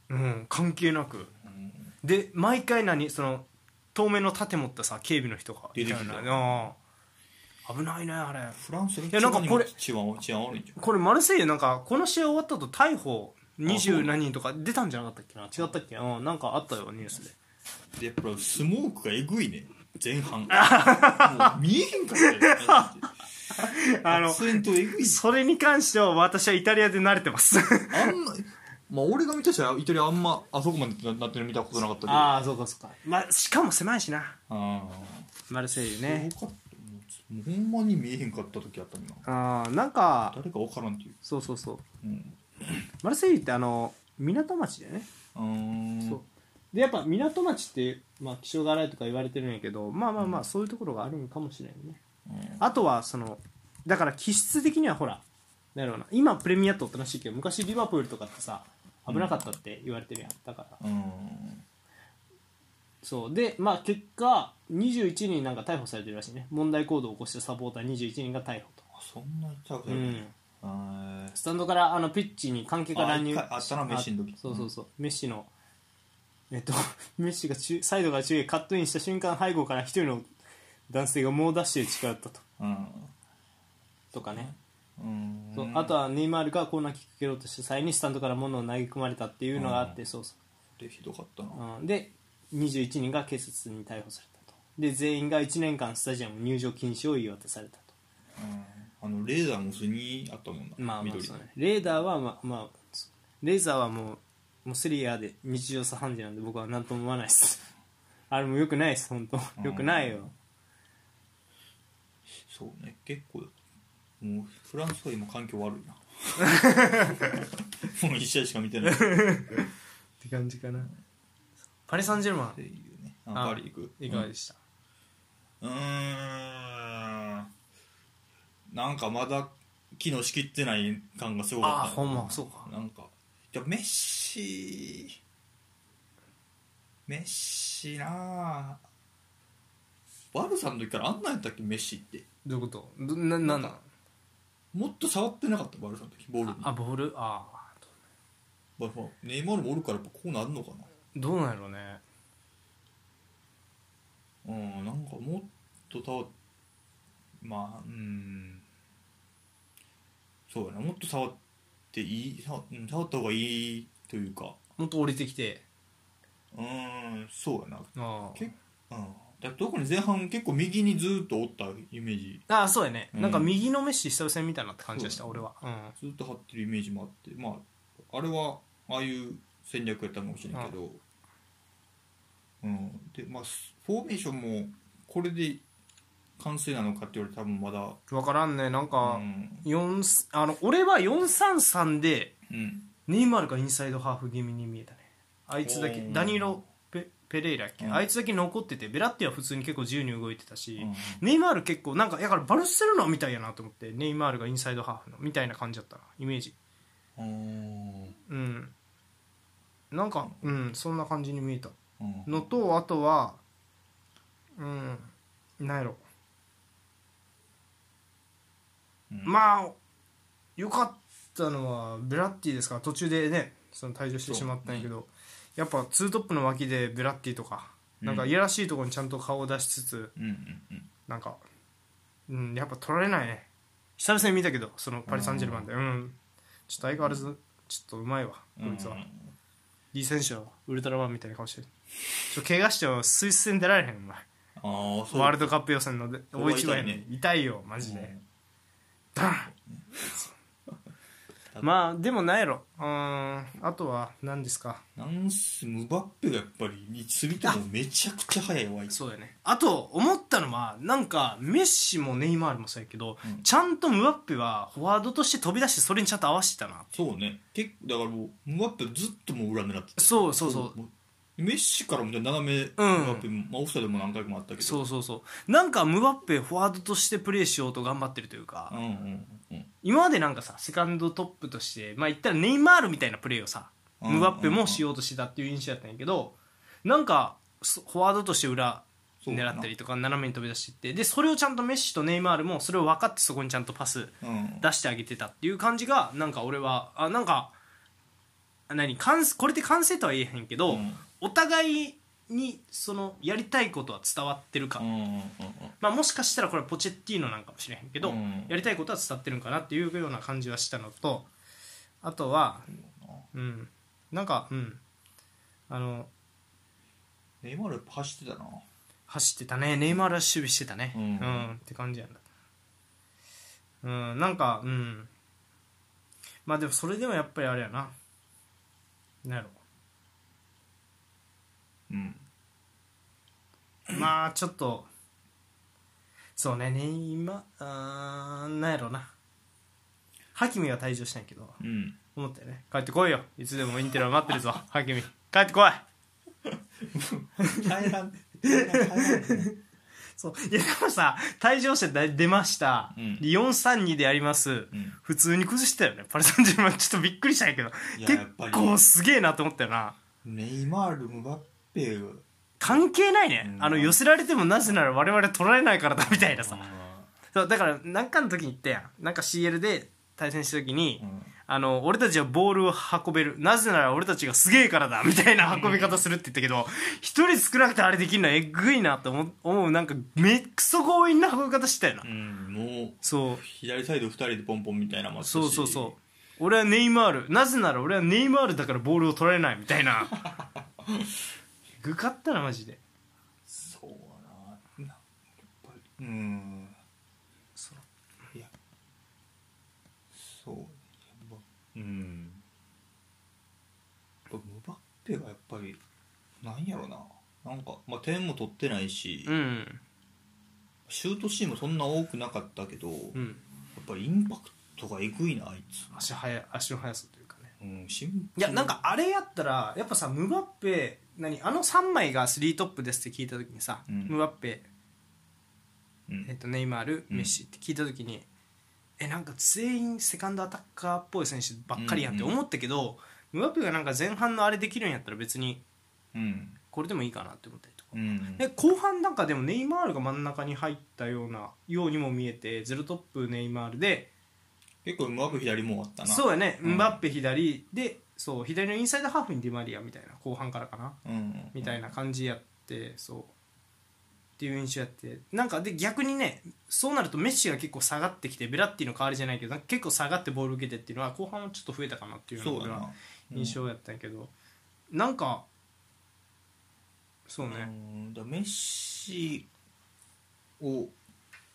うん関係なくうん、で毎回何その透明の盾持ったさ警備の人が出てきたいよなうん危ないねあれフランスがいやなんかこれ一番治安悪いんじゃんこれマルセイユなんかこの試合終わった後逮捕二あそう十何人とか出たんじゃなかったっけな違ったっけうんなんかあったよニュースででやっぱスモークがえぐいね前半もう見えへん <laughs> かったよ <laughs> あの発煙とえぐいそれに関しては私はイタリアで慣れてますあんままあ俺が見たしイタリアあんまあそこまでななってるの見たことなかったけ <laughs> どあそうかそうか、まあ、しかも狭いしなあマルセイユあ、ねすごかったもうもうほんまに見えへんかった時あったもんなああなんか誰か分からんっていうそうそうそううんマルセイユってあの港町だよね、うーんそうでやっぱ港町って、まあ、気象が荒いとか言われてるんやけどまあまあまあそういうところがあるのかもしれないねうんあとはそのだから気質的にはほらなんやろうな今プレミアっておとなしいけど昔リバプールとかってさ危なかったって言われてるやんだからうんそうでまあ結果21人なんか逮捕されてるらしいね問題行動を起こしたサポーター21人が逮捕と、あそんなに高くうない、ん、あースタンドからあのピッチに観客が乱入あ一回あったなメッシの時あそうそうそう、メッシのえっと <laughs> メッシが中サイドから中へカットインした瞬間背後から一人の男性が猛ダッシュで近寄ったとうんとかね、うんそうあとはネイマールがコーナーキック蹴ろうとした際にスタンドから物を投げ込まれたっていうのがあって、そうそでひどかったなう、うん、で21人が警察に逮捕されたとで全員が1年間スタジアム入場禁止を言い渡されたとうんあのレーダーも普通にあったもんな、まあまあ緑そうねレーダーはまあまあそうレーザーはもうもうセリアで日常茶飯事なんで僕は何とも思わないです <laughs> あれもよくないです本当うんよくないよ <laughs> そうね結構もうフランスは今環境悪いなもう一試合しか見てないっって感じかなパリ・サンジェルマてンいうねあパリ行くいかがでした、うーんなんかまだ機能しきってない感がすごかったあーほんまそうかなんかいやメッシメッシなあ悪さの時からあんなんやったっけメッシってどういうことどななんなんもっと触ってなかった悪さの時ボールにあボールああまあまあネイマールもおるからやっぱこうなるのかなどうなんやろうねうんなんかもっと触っまあうんそうやなもっと触っていい触うん触った方がいいというかもっと降りてきてうんそうやなあー結うんだから特に前半結構右にずっとおったイメージあーそうやね、うんなんか右のメッシ久々に見たなって感じがしたそ俺はうんずっと張ってるイメージもあってまああれはああいう戦略やったのかもしれんけどうんでまあスフォーメーションもこれで完成なのかって言われたら多分まだ分からんねなんうか、ん四あの俺は433でうんネイマールがインサイドハーフ気味に見えたねあいつだけおーダニロペペレイラっけ、うんあいつだけ残っててベラッティは普通に結構自由に動いてたし、うんネイマール結構なんかだからバルセロナみたいやなと思ってネイマールがインサイドハーフのみたいな感じだったなイメージうんうんなんかうんそんな感じに見えたうんのとあとはうんなんやろうんまあ良かったのはベラッティですから途中でねその退場してしまったんやけど、やっぱツートップの脇でベラッティとかなんかうんいやらしいところにちゃんと顔を出しつつうんうんうんなんか、うん、やっぱ取られないね久々に見たけどそのパリ・サンジェルマンでうんちょっと相変わらずちょっとうまいわこいつは、うんいい選手はウルトラマンみたいな顔してるちょ怪我してもスイス戦出られへんお前ああそうワールドカップ予選のでここは大痛いね一番やのに痛いよマジで、ダンうんまあでもなんやろうーんあとは何ですかなんすムバッペがやっぱり過ぎてもめちゃくちゃ速いわあいつそうだねあと思ったのはなんかメッシもネイマールもそうやけど、うんちゃんとムバッペはフォワードとして飛び出してそれにちゃんと合わせてたなそうね結構だからもうムバッペずっともう裏狙ってたそうそうそうもうメッシからも斜めムバッペ、まあ、オフサイドも何回もあったけどそうそうそうなんかムバッペフォワードとしてプレーしようと頑張ってるというか、うんうんうん今までなんかさセカンドトップとしてまあ言ったらネイマールみたいなプレーをさ、うんムバッペもしようとしてたっていう印象だったんやけどなんかそフォワードとして裏そう狙ったりとか斜めに飛び出していってでそれをちゃんとメッシとネイマールもそれを分かってそこにちゃんとパスうん出してあげてたっていう感じがなんか俺はあなんかあ何完これって完成とは言えへんけど、うんお互いにそのやりたいことは伝わってるか、うんうんうんうんまあ、もしかしたらこれはポチェッティーノなんかもしれへんけど、うんやりたいことは伝ってるんかなっていうような感じはしたのとあとはうんなんかうんあのネイマールやっぱ走ってたな走ってたねネイマールは守備してたねううんん、って感じやんだうんなんかうんまあでもそれでもやっぱりあれやななん <clears throat> やうんろまあちょっとそうねネイマあーなんやろなハキミは退場したんやけど <laughs> うん思ったよね帰ってこいよいつでもインテルは待ってるぞ <laughs> ハキミ帰ってこい帰らん帰らん帰らんねそういやでもさ退場者だ出ました、うんで432でやります、うん普通に崩してたよねパリ・サンジェルマンちょっとびっくりしたんやけどいやや結っぱり構すげえなと思ったよなネイマールムバッペが関係ないね、うんあの寄せられてもなぜなら我々取られないからだみたいなさ、うそうだから何かの時に言ったやんなんか CL で対戦した時に、んうんあの俺たちはボールを運べるなぜなら俺たちがすげえからだみたいな運び方するって言ったけど一人少なくてあれできるのえぐいなと思う思うなんかめっくそ強引な運び方してたよな、うんもうそう左サイド2人でポンポンみたいなのもあったしそうそうそう俺はネイマールなぜなら俺はネイマールだからボールを取られないみたい <laughs> なグかったなマジでそうやなやっぱりうんそいやそうやっぱうんやっぱムバッペがやっぱりなんやろななんか、まあ、点も取ってないし、うんシュートシーンもそんな多くなかったけど、うやんっぱりインパクとかえぐいなあいつ、足速い足の速さというかねうん、シンいやなんかあれやったらやっぱさムバッペ何あの3枚が3トップですって聞いた時にさ、うんムバッペ、うんえっとネイマールうんメッシって聞いた時に、えなんか全員セカンドアタッカーっぽい選手ばっかりやんってうんうん思ったけど、ムバッペがなんか前半のあれできるんやったら別にうんこれでもいいかなって思ったりとか、うんで後半なんかでもネイマールが真ん中に入ったようなようにも見えてゼロトップネイマールで結構うまく左もあったなそうやね、うんムバッペ左でそう左のインサイドハーフにディマリアみたいな後半からかなうんみたいな感じやってそうっていう印象やってなんかで逆にねそうなるとメッシが結構下がってきてベラッティの代わりじゃないけどなんか結構下がってボール受けてっていうのは後半はちょっと増えたかなっていうようなそうだ俺はな印象やったんやけどなんかそううねんだからメッシを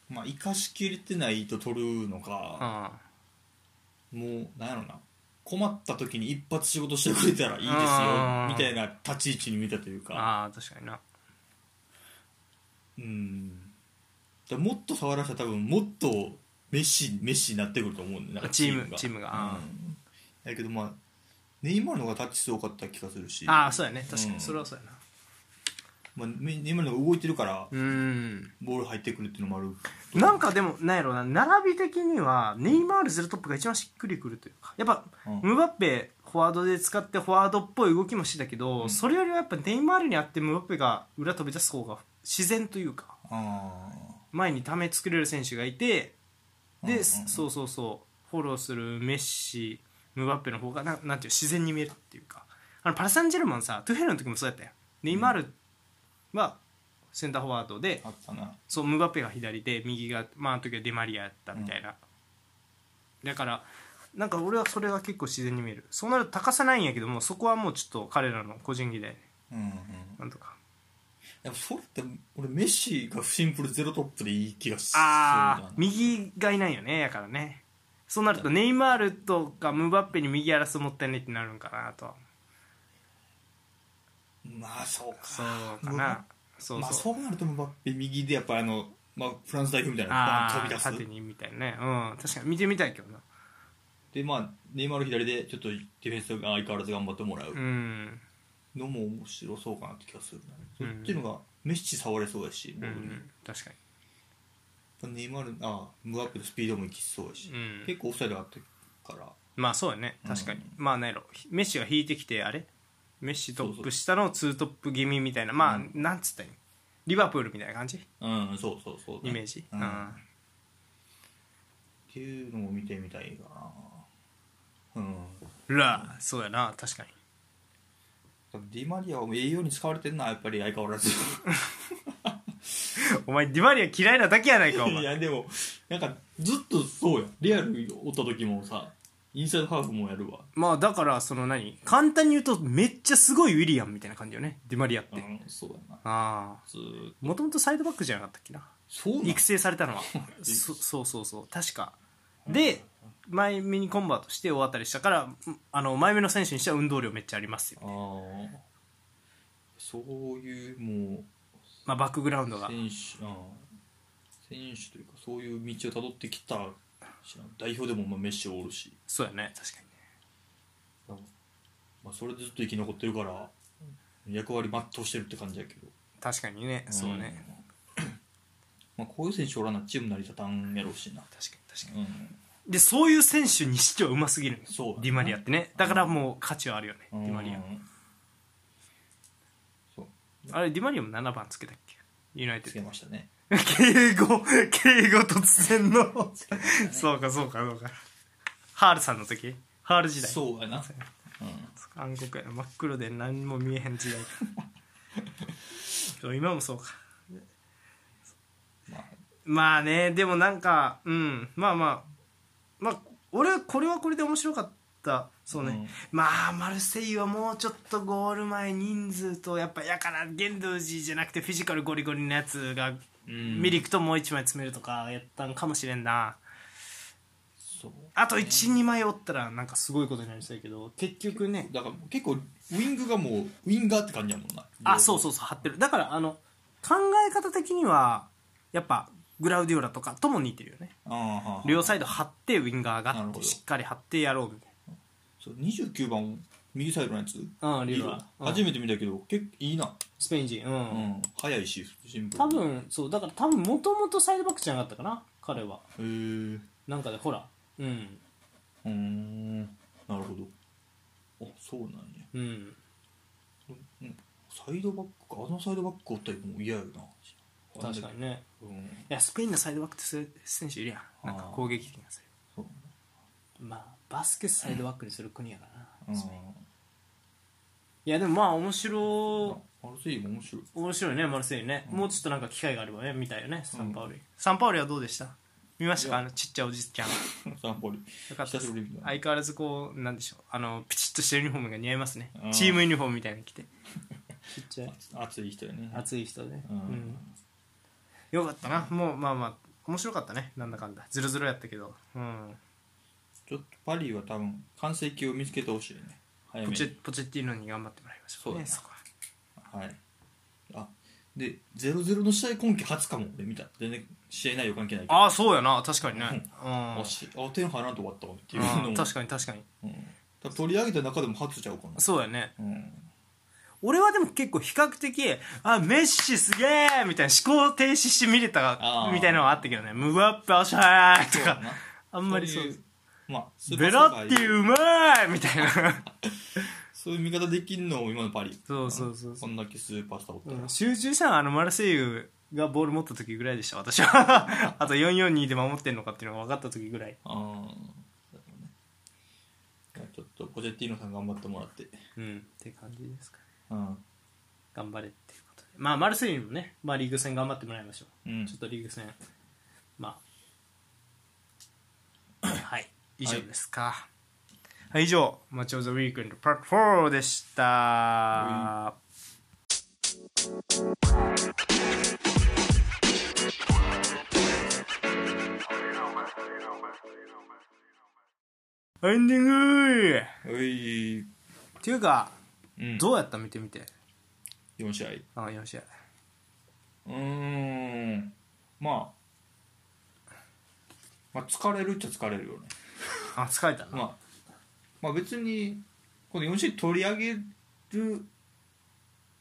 まあ生かしきれてないと取るのかああもうなんやろな困った時に一発仕事してくれたらいいですよあーみたいな立ち位置に見たというかああ確かになうんだからもっと触らせたら多分もっとメッシメッシになってくると思うんだよなんかチームがチームがうんやけどまあネイマールの方がタッチ数多かった気がするしああそうやね確かうんにそれはそうやなまあ、ネイマールの方が動いてるからうんボール入ってくるっていうのもあるなんかでもなんやろうな並び的にはネイマールゼロトップが一番しっくりくるというかやっぱうんムバッペフォワードで使ってフォワードっぽい動きもしてたけど、うんそれよりはやっぱネイマールにあってムバッペが裏飛び出す方が自然というかあ前にため作れる選手がいてーで、うんうんそうそうそうフォローするメッシムバッペの方がななんていう自然に見えるっていうかあのパラサンジェルマンさトゥヘルの時もそうやったやんネイマールはセンターフォワードで、あったなそうムバペが左で右がまああの時はデマリアやったみたいな、だからなんか俺はそれが結構自然に見えるそうなると高さないんやけどもそこはもうちょっと彼らの個人技でうんうんなんとかやっぱそれって俺メッシがシンプルゼロトップでいい気がするああな右がいないよねやからねそうなるとネイマールとかムバッペに右やらすもったいないってなるんかなとはまあそうかそうかムバなそうまあそうそうなるとムバッペ右でやっぱあの、まあ、フランス代表みたいなバーンあ飛びあ出す縦にみたいなねうん確かに見てみたいけどなでまあネイマール左でちょっとディフェンスが相変わらず頑張ってもらううんのも面白そうかなって気がするな、うんそっちのがメッシ触れそうやし、うボールにやっん確かぱネイマールあムバッペのスピードもいきそうやしに、うん結構オフサイドあったからまあそうやね確かに、まあなんやろメッシが引いてきてあれメッシトップ下のツートップ気味みたいなまあ、うんなんつったらいいのリバプールみたいな感じうんそうそうそうイメージ、ううんんっていうのも見てみたいかなうんらそうやな確かにディマリアは栄養に使われてんなやっぱり相変わ <laughs> らずお前ディマリア嫌いなだけやないかおい前やでもなんかずっとそうやレアルおった時もさインサイドハーフもやるわ、まあだからその何簡単に言うとめっちゃすごいウィリアムみたいな感じよねディマリアって、うん、そうやなああずーっともともとサイドバックじゃなかったっけなそうなん育成されたのはそそうそうそう確かで前目にコンバートして大当たりしたからんあの前目の選手にしては運動量めっちゃありますよあ、ーそういうもうまあ、バックグラウンドが選手あー選手というかそういう道をたどってきたしな代表でもまあメッシおるしそうやね確かにねまあ、それでずっと生き残ってるから役割全うしてるって感じやけど確かにねそうね、、うんまあ、こういう選手おらなチーム成り立たんやろうしな、確かに確かうん、にでそういう選手にしてはうますぎるんですそうだねディマリアってねだからもう価値はあるよねデうんィマリアそうあれディマリアも7番つけたっけユナイテつけッドましたね敬語敬語突然のそうかそうかそうかハールさんの時ハール時代そうやな、うん、暗黒やな真っ黒で何も見えへん <laughs> 時代かそう今もそうかまあまあねでもなんかうんまあまあまあ俺はこれはこれで面白かったそうね、うんまあマルセイユはもうちょっとゴール前人数とやっぱやからゲンドゥジーじゃなくてフィジカルゴリゴリのやつがうんミリクともう1枚詰めるとかやったんかもしれんなそうあと12枚おったらなんかすごいことになりそうやけど結局ねだから結構ウイングがもうウインガーって感じやもんなあそうそそうそう張ってるだからあの考え方的にはやっぱグラウディオラとかとも似てるよねあ両イサイド張ってウィンガーなるがほどしっかり張ってやろうみたいド29番右サイドのやつなうんリリオロラ初めて見たけど結構いいなスペイン人ううんん早いしシンプル多分そうだから多分もともとサイドバックじゃなかったかな彼はへえなんかでほらうんうーんなるほどあそうなんやうんうんサイドバックかあのサイドバックおったらもう嫌やな確かにねうんいやスペインのサイドバックってそういう選手いるやんなんかあー攻撃的なすそうまあバスケサイドバックにする国やからうんな、スペインいやでもまあ面あ白マルセイユ面白い <laughs> 面白いねマルセイユね、うんもうちょっとなんか機会があればね見たいよねサンパウリ、サンパウリはどうでした見ましたかいあのちっちゃいおじちゃんサンポリよかったです久しぶりに見た相変わらずこうなんでしょうあのピチッとしたユニフォームが似合いますねうんチームユニフォームみたいに着てちっちゃい熱い人やね熱い人で、ねうんよかったなもうまあまあ面白かったねなんだかんだズルズルやったけど、うん、ちょっとパリは多分完成形を見つけてほしいね早ポめチにェポチェッティーノに頑張ってもらいましょうねそそうこははいあで0-0の試合今季初かも俺見た全然試合内容関係ないけどああそうやな確かにね、うんあしあ点入らんと終わったわっていううのんも確かに確かにうん多分取り上げた中でも初ちゃうかなそうやねうん俺はでも結構比較的あメッシすげえみたいな思考停止して見れたあーみたいなのはあったけどねムワッペおしゃーとそうやかなあんまりそういうまあスーパーベラッティうまいみたいなそういう見方できんのも今のパリそうそうそうそこんだけスーパースターおったうらん集中したのはあのマルセイユがボール持った時ぐらいでした私はあと442で守ってんのかっていうのが分かった時ぐらいあーだからねじゃあちょっとポジェッティーノさん頑張ってもらってうんって感じですかねうん頑張れっていうことでまあマルセイユにもね、まあ、リーグ戦頑張ってもらいましょううんちょっとリーグ戦ま <coughs> あはい以上ですか、はい、以上「マッチョ・ザ・ウィークエンド」パート4でした、エンディングういっていうかうんどうやった見てみて4試合あの4試合うーんまあまあ疲れるっちゃ疲れるよねあ疲れたなまあ、まあ別にこの4試合取り上げる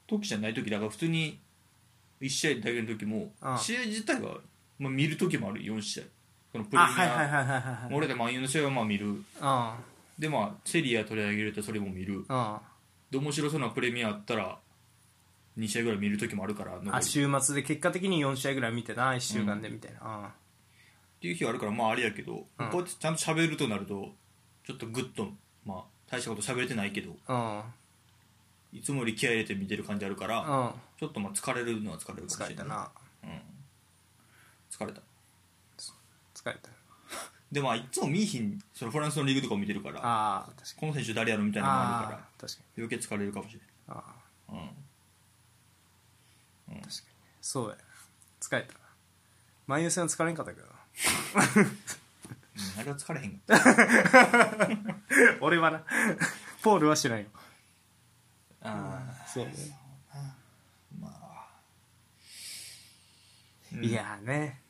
時じゃない時だから普通に1試合だけの時もああ試合自体は、まあ、見る時もある4試合このプレミあはいはいアはいはいはいはい俺で万有の試合はまあ見るあでまあセリア取り上げるとそれも見るあで面白そうなプレミアあったら2試合ぐらい見る時もあるから残りあ週末で結果的に4試合ぐらい見てな1週間でみたいな、あっていう日はあるからまああれやけど、うんこうやってちゃんと喋るとなるとちょっとグッとまあ大したこと喋れてないけどあいつもより気合い入れて見てる感じあるから、うんうんちょっとまあ疲れるのは疲れるかもしれな疲いれたな疲れた疲れたでまあいつも見いひんそのフランスのリーグとかを見てるからああ確かこの選手誰やろみたいになのもあるかあらあ確かに余計疲れるかもしああれない、そうや疲れたな万有戦は疲れんかったけどな <laughs> うん、あれは疲れへんかった俺はな <laughs> ポールは知らんよあそうねーまあいやーね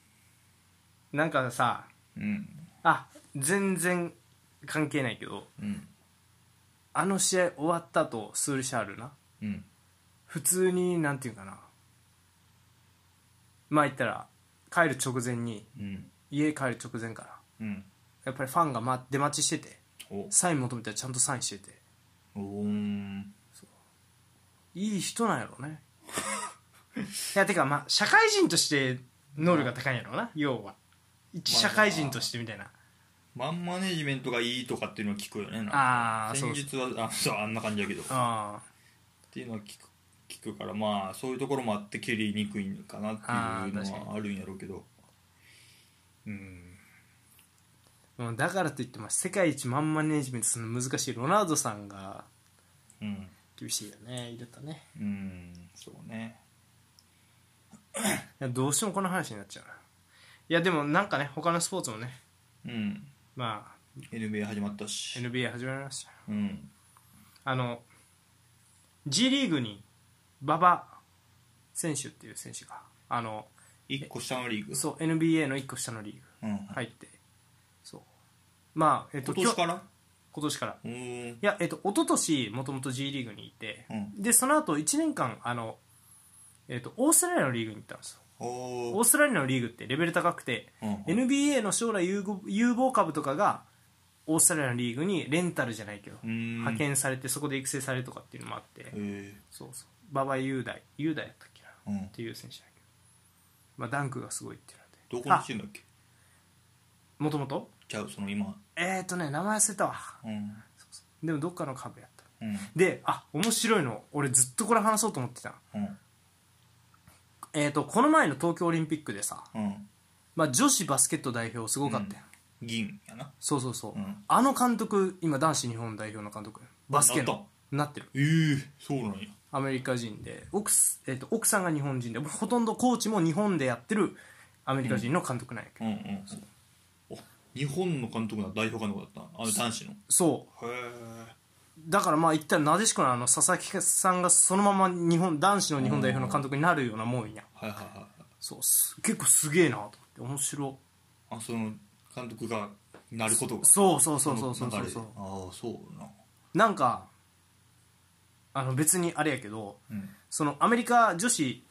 なんかさうんあ全然関係ないけどうんあの試合終わった後スールシャールなうん普通になんていうかなまあ言ったら帰る直前にうん家帰る直前からうんやっぱりファンがま出待ちしてておサイン求めたらちゃんとサインしてておーんいい人なんやろ <laughs> ねいやてかまあ社会人として能力が高いんやろな要は一社会人としてみたいなマンマネジメントがいいとかっていうのは聞くよねなんかああーそ戦うそう術はあそうあんな感じやけどっあていうのは聞く聞くからまあそういうところもあって蹴りにくいのかなっていうのはあるんやろうけどうんーもうだからといってまあ世界一マンマネージメントするの難しいロナウドさんがうん厳しいよね入れたねうんそうねいやどうしてもこの話になっちゃうないやでもなんかね他のスポーツもねうんまあ NBA 始まったし NBA 始まりましたうんあの G リーグに馬場選手っていう選手があの1個下のリーグそう NBA の1個下のリーグうん、入ってそうまあえっと今年今日から今年からうーんいやえっと一昨年もともと G リーグにいて、うんでその後1年間あの、えっとオーストラリアのリーグに行ったんですよおオーーストラリアのリーグってレベル高くて、うん NBA の将来有望有望株とかがオーストラリアのリーグにレンタルじゃないけど、うーん派遣されてそこで育成されるとかっていうのもあって、えそうそう馬場雄大雄大だったっけな、ーうんっ、ていう選手だけど、まあ、ダンクがすごいっていうのでどこのチームだっけもともとちゃうその今えっ、ー、とね名前忘れたわうんでもどっかの株やったうんであ面白いの俺ずっとこれ話そうと思ってたうんえっ、とこの前の東京オリンピックでさ、うんまあ、女子バスケット代表すごかったよ、銀やなそうそうそう、うんあの監督今男子日本代表の監督バスケなっのなってるえー、そうなんやアメリカ人で奥,、えー、と奥さんが日本人でほとんどコーチも日本でやってるアメリカ人の監督なんやけど、うんうんお日本の監督だ代表監督だったあの男子のへそうえだからまあ言ったらなでしこのあの佐々木さんがそのまま日本男子の日本代表の監督になるようなもんやはいはいはいそうす結構すげえなと思って面白あその監督がなることがそうそうそうそうそうのそ流うれでああそうななんかあの別にあれやけどうんそのアメリカ女子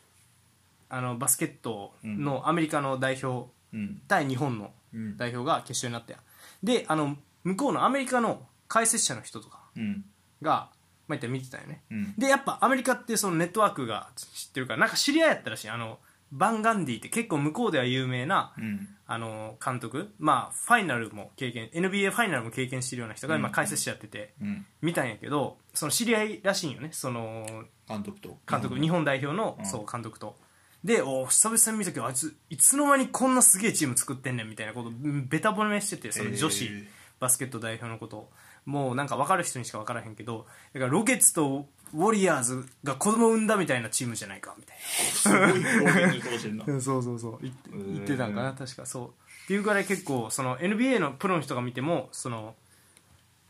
あのバスケットのアメリカの代表うん対日本のうん代表が決勝になったやんであの向こうのアメリカの解説者の人とかうんが、まあ、言ったら見てたよねうんでやっぱアメリカってそのネットワークが知ってるからなんか知り合いやったらしいあのバン・ガンディって結構向こうでは有名な、うんあの監督まあファイナルも経験 NBA ファイナルも経験してるような人がうん今解説者やってて、うん見たんやけどその知り合いらしいんよねその監督と監督、日本代表の、うんそう監督とでおー久々に見たけどあいついつの間にこんなすげえチーム作ってんねんみたいなことうんベタ褒めしててその女子、へーバスケット代表のこともうなんか分かる人にしか分からへんけどだからロケッツとウォリアーズが子供産んだみたいなチームじゃないかみたいすごい貢献の人かもしれんなな <laughs> そうそうそう言ってー言ってたんかな確かそうっていうぐらい結構その NBA のプロの人が見てもその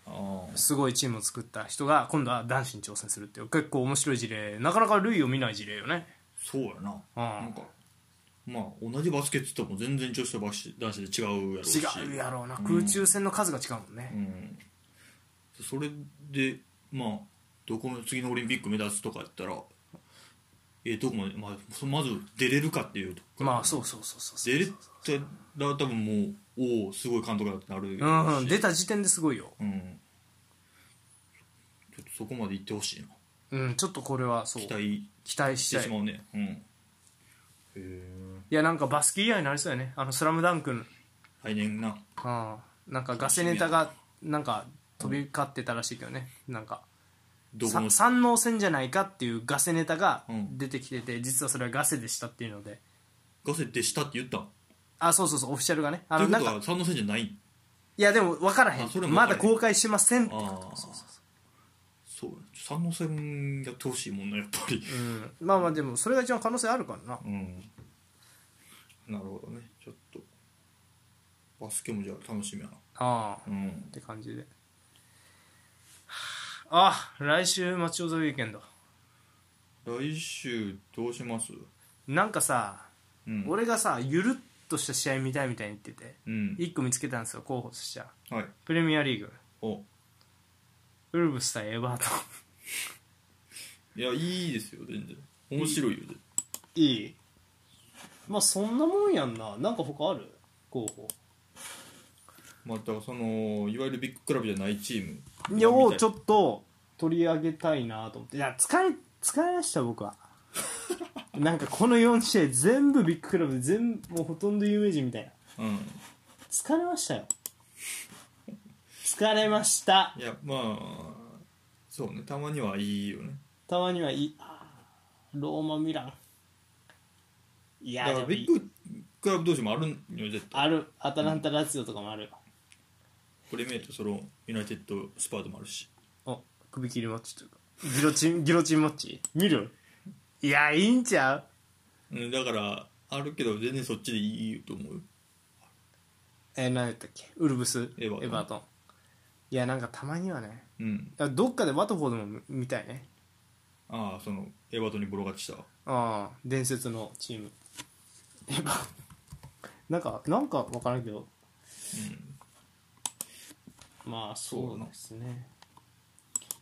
あーすごいチームを作った人が今度は男子に挑戦するっていう結構面白い事例なかなか類を見ない事例よねそうやうなんなんかまあ同じバスケットとも全然女子とバス男子で違うやろうし違うやろうな空中戦の数が違うもんうねんそれでまあどこの次のオリンピック目指すとかやったらえーどこまで、まあ、そまず出れるかっていうとこまあそうそうそうそう出れたら多分もうおおすごい監督だってなるうんうんし出た時点ですごいようんちょっとそこまで行ってほしいなうんちょっとこれはそう期待期待ししてたしいまうねうんへえいやなんかバスケ以外になりそうやね「あのスラムダンクの来年なああなんかガセネタがなんか飛び交ってたらしいけどね、なんかどこさの三能線じゃないかっていうガセネタがうん出てきてて、実はそれはガセでしたっていうのでガセでしたって言ったんあそうそうそうオフィシャルがねあといのうこなんとかは三能線じゃないんいやでも分からへあそれんもま分かだらへん公開しませんってああそうそうそう三能線やってほしいもんなやっぱりうんまあまあでもそれが一番可能性あるからなうんなるほどねちょっとバスケもじゃあ楽しみやなああうっんて感じではああ来週マッチオブザウィーケンド来週どうしますなんかさ、うん俺がさゆるっとした試合見たいみたいに言っててうん1個見つけたんですよ候補としてははいプレミアリーグおウルブス対エバートいやいいですよ全然面白いよンいいまあそんなもんやんななんか他ある候補またそのいわゆるビッグクラブじゃないチームいやをちょっっと取り上げたいなと思っていや疲れ疲れました僕はなんかこの4試合全部ビッグクラブで全部もうほとんど有名人みたいなとうん疲れましたよ疲れましたいやまあそうねたまにはいいよねたまにはいいあーローマ・ミランいだやかでらもいビいッグクラブ同士もあるんよ絶対あるアタランタ・ラツィオとかもあるプレミアとそのユナイテッドスパートもあるしあ首切りマッチというかギロチンギロチンマッチ見るいやいいんちゃううんだからあるけど全然そっちでいいと思うよえー、何やったっけウルブスエバートントンいやなんかたまにはねうんだからどっかでワトフォードも見見たいねああそのエバートンにボロ勝ちしたああ伝説のチームやっぱなんかなんか分からんけどまあそうですね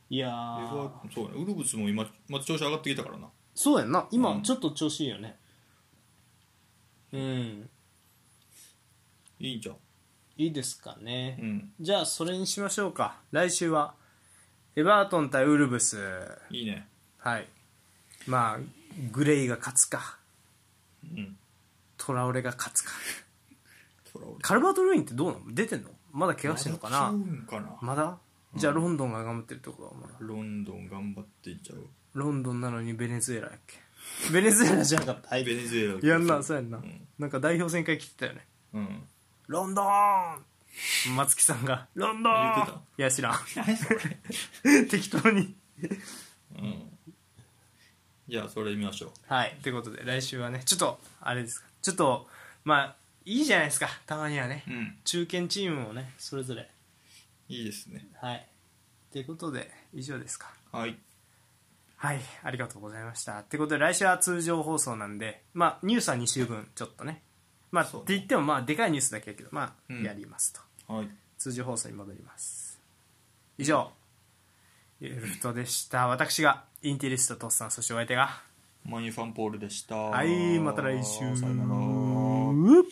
いやうん、レーバーそうねウルブスも今また調子上がってきたからなそうやんな今うんちょっと調子いいよねうん、いいんじゃんいいですかね、うんじゃあそれにしましょうか来週はエバートン対ウルブスいいねはいまあグレイが勝つかうんトラオレが勝つかトラオレカルバート・ルインってどうなの出てんのまだ怪我してんのかなまだ来ちゃうんかなまだじゃあロンドンが頑張ってるってことはまだロンドン頑張っていっちゃうロンドンなのにベネズエラやっ <laughs> けベネズエラじゃなかったはいベネズエラやんなそうやんな、んなんか代表戦会来てたよねうんロンドーン松木さんが「ロンドーン!」言ってたいや知らん <laughs> 適当にうんじゃあそれ見ましょうはいということで来週はねちょっとあれですかちょっとまあいいじゃないですかたまにはねうん中堅チームをねそれぞれいいですねはいということで以上ですかはいはいありがとうございましたってことで来週は通常放送なんでまあニュースは2週分ちょっとねまあっそうねて言ってもまあでかいニュースだけやけどまあうんやりますと、はい通常放送に戻ります以上ゆるふとでした私がインテリストとっさんそしてお相手がマニュファンポールでしたはいまた来週さよならうっ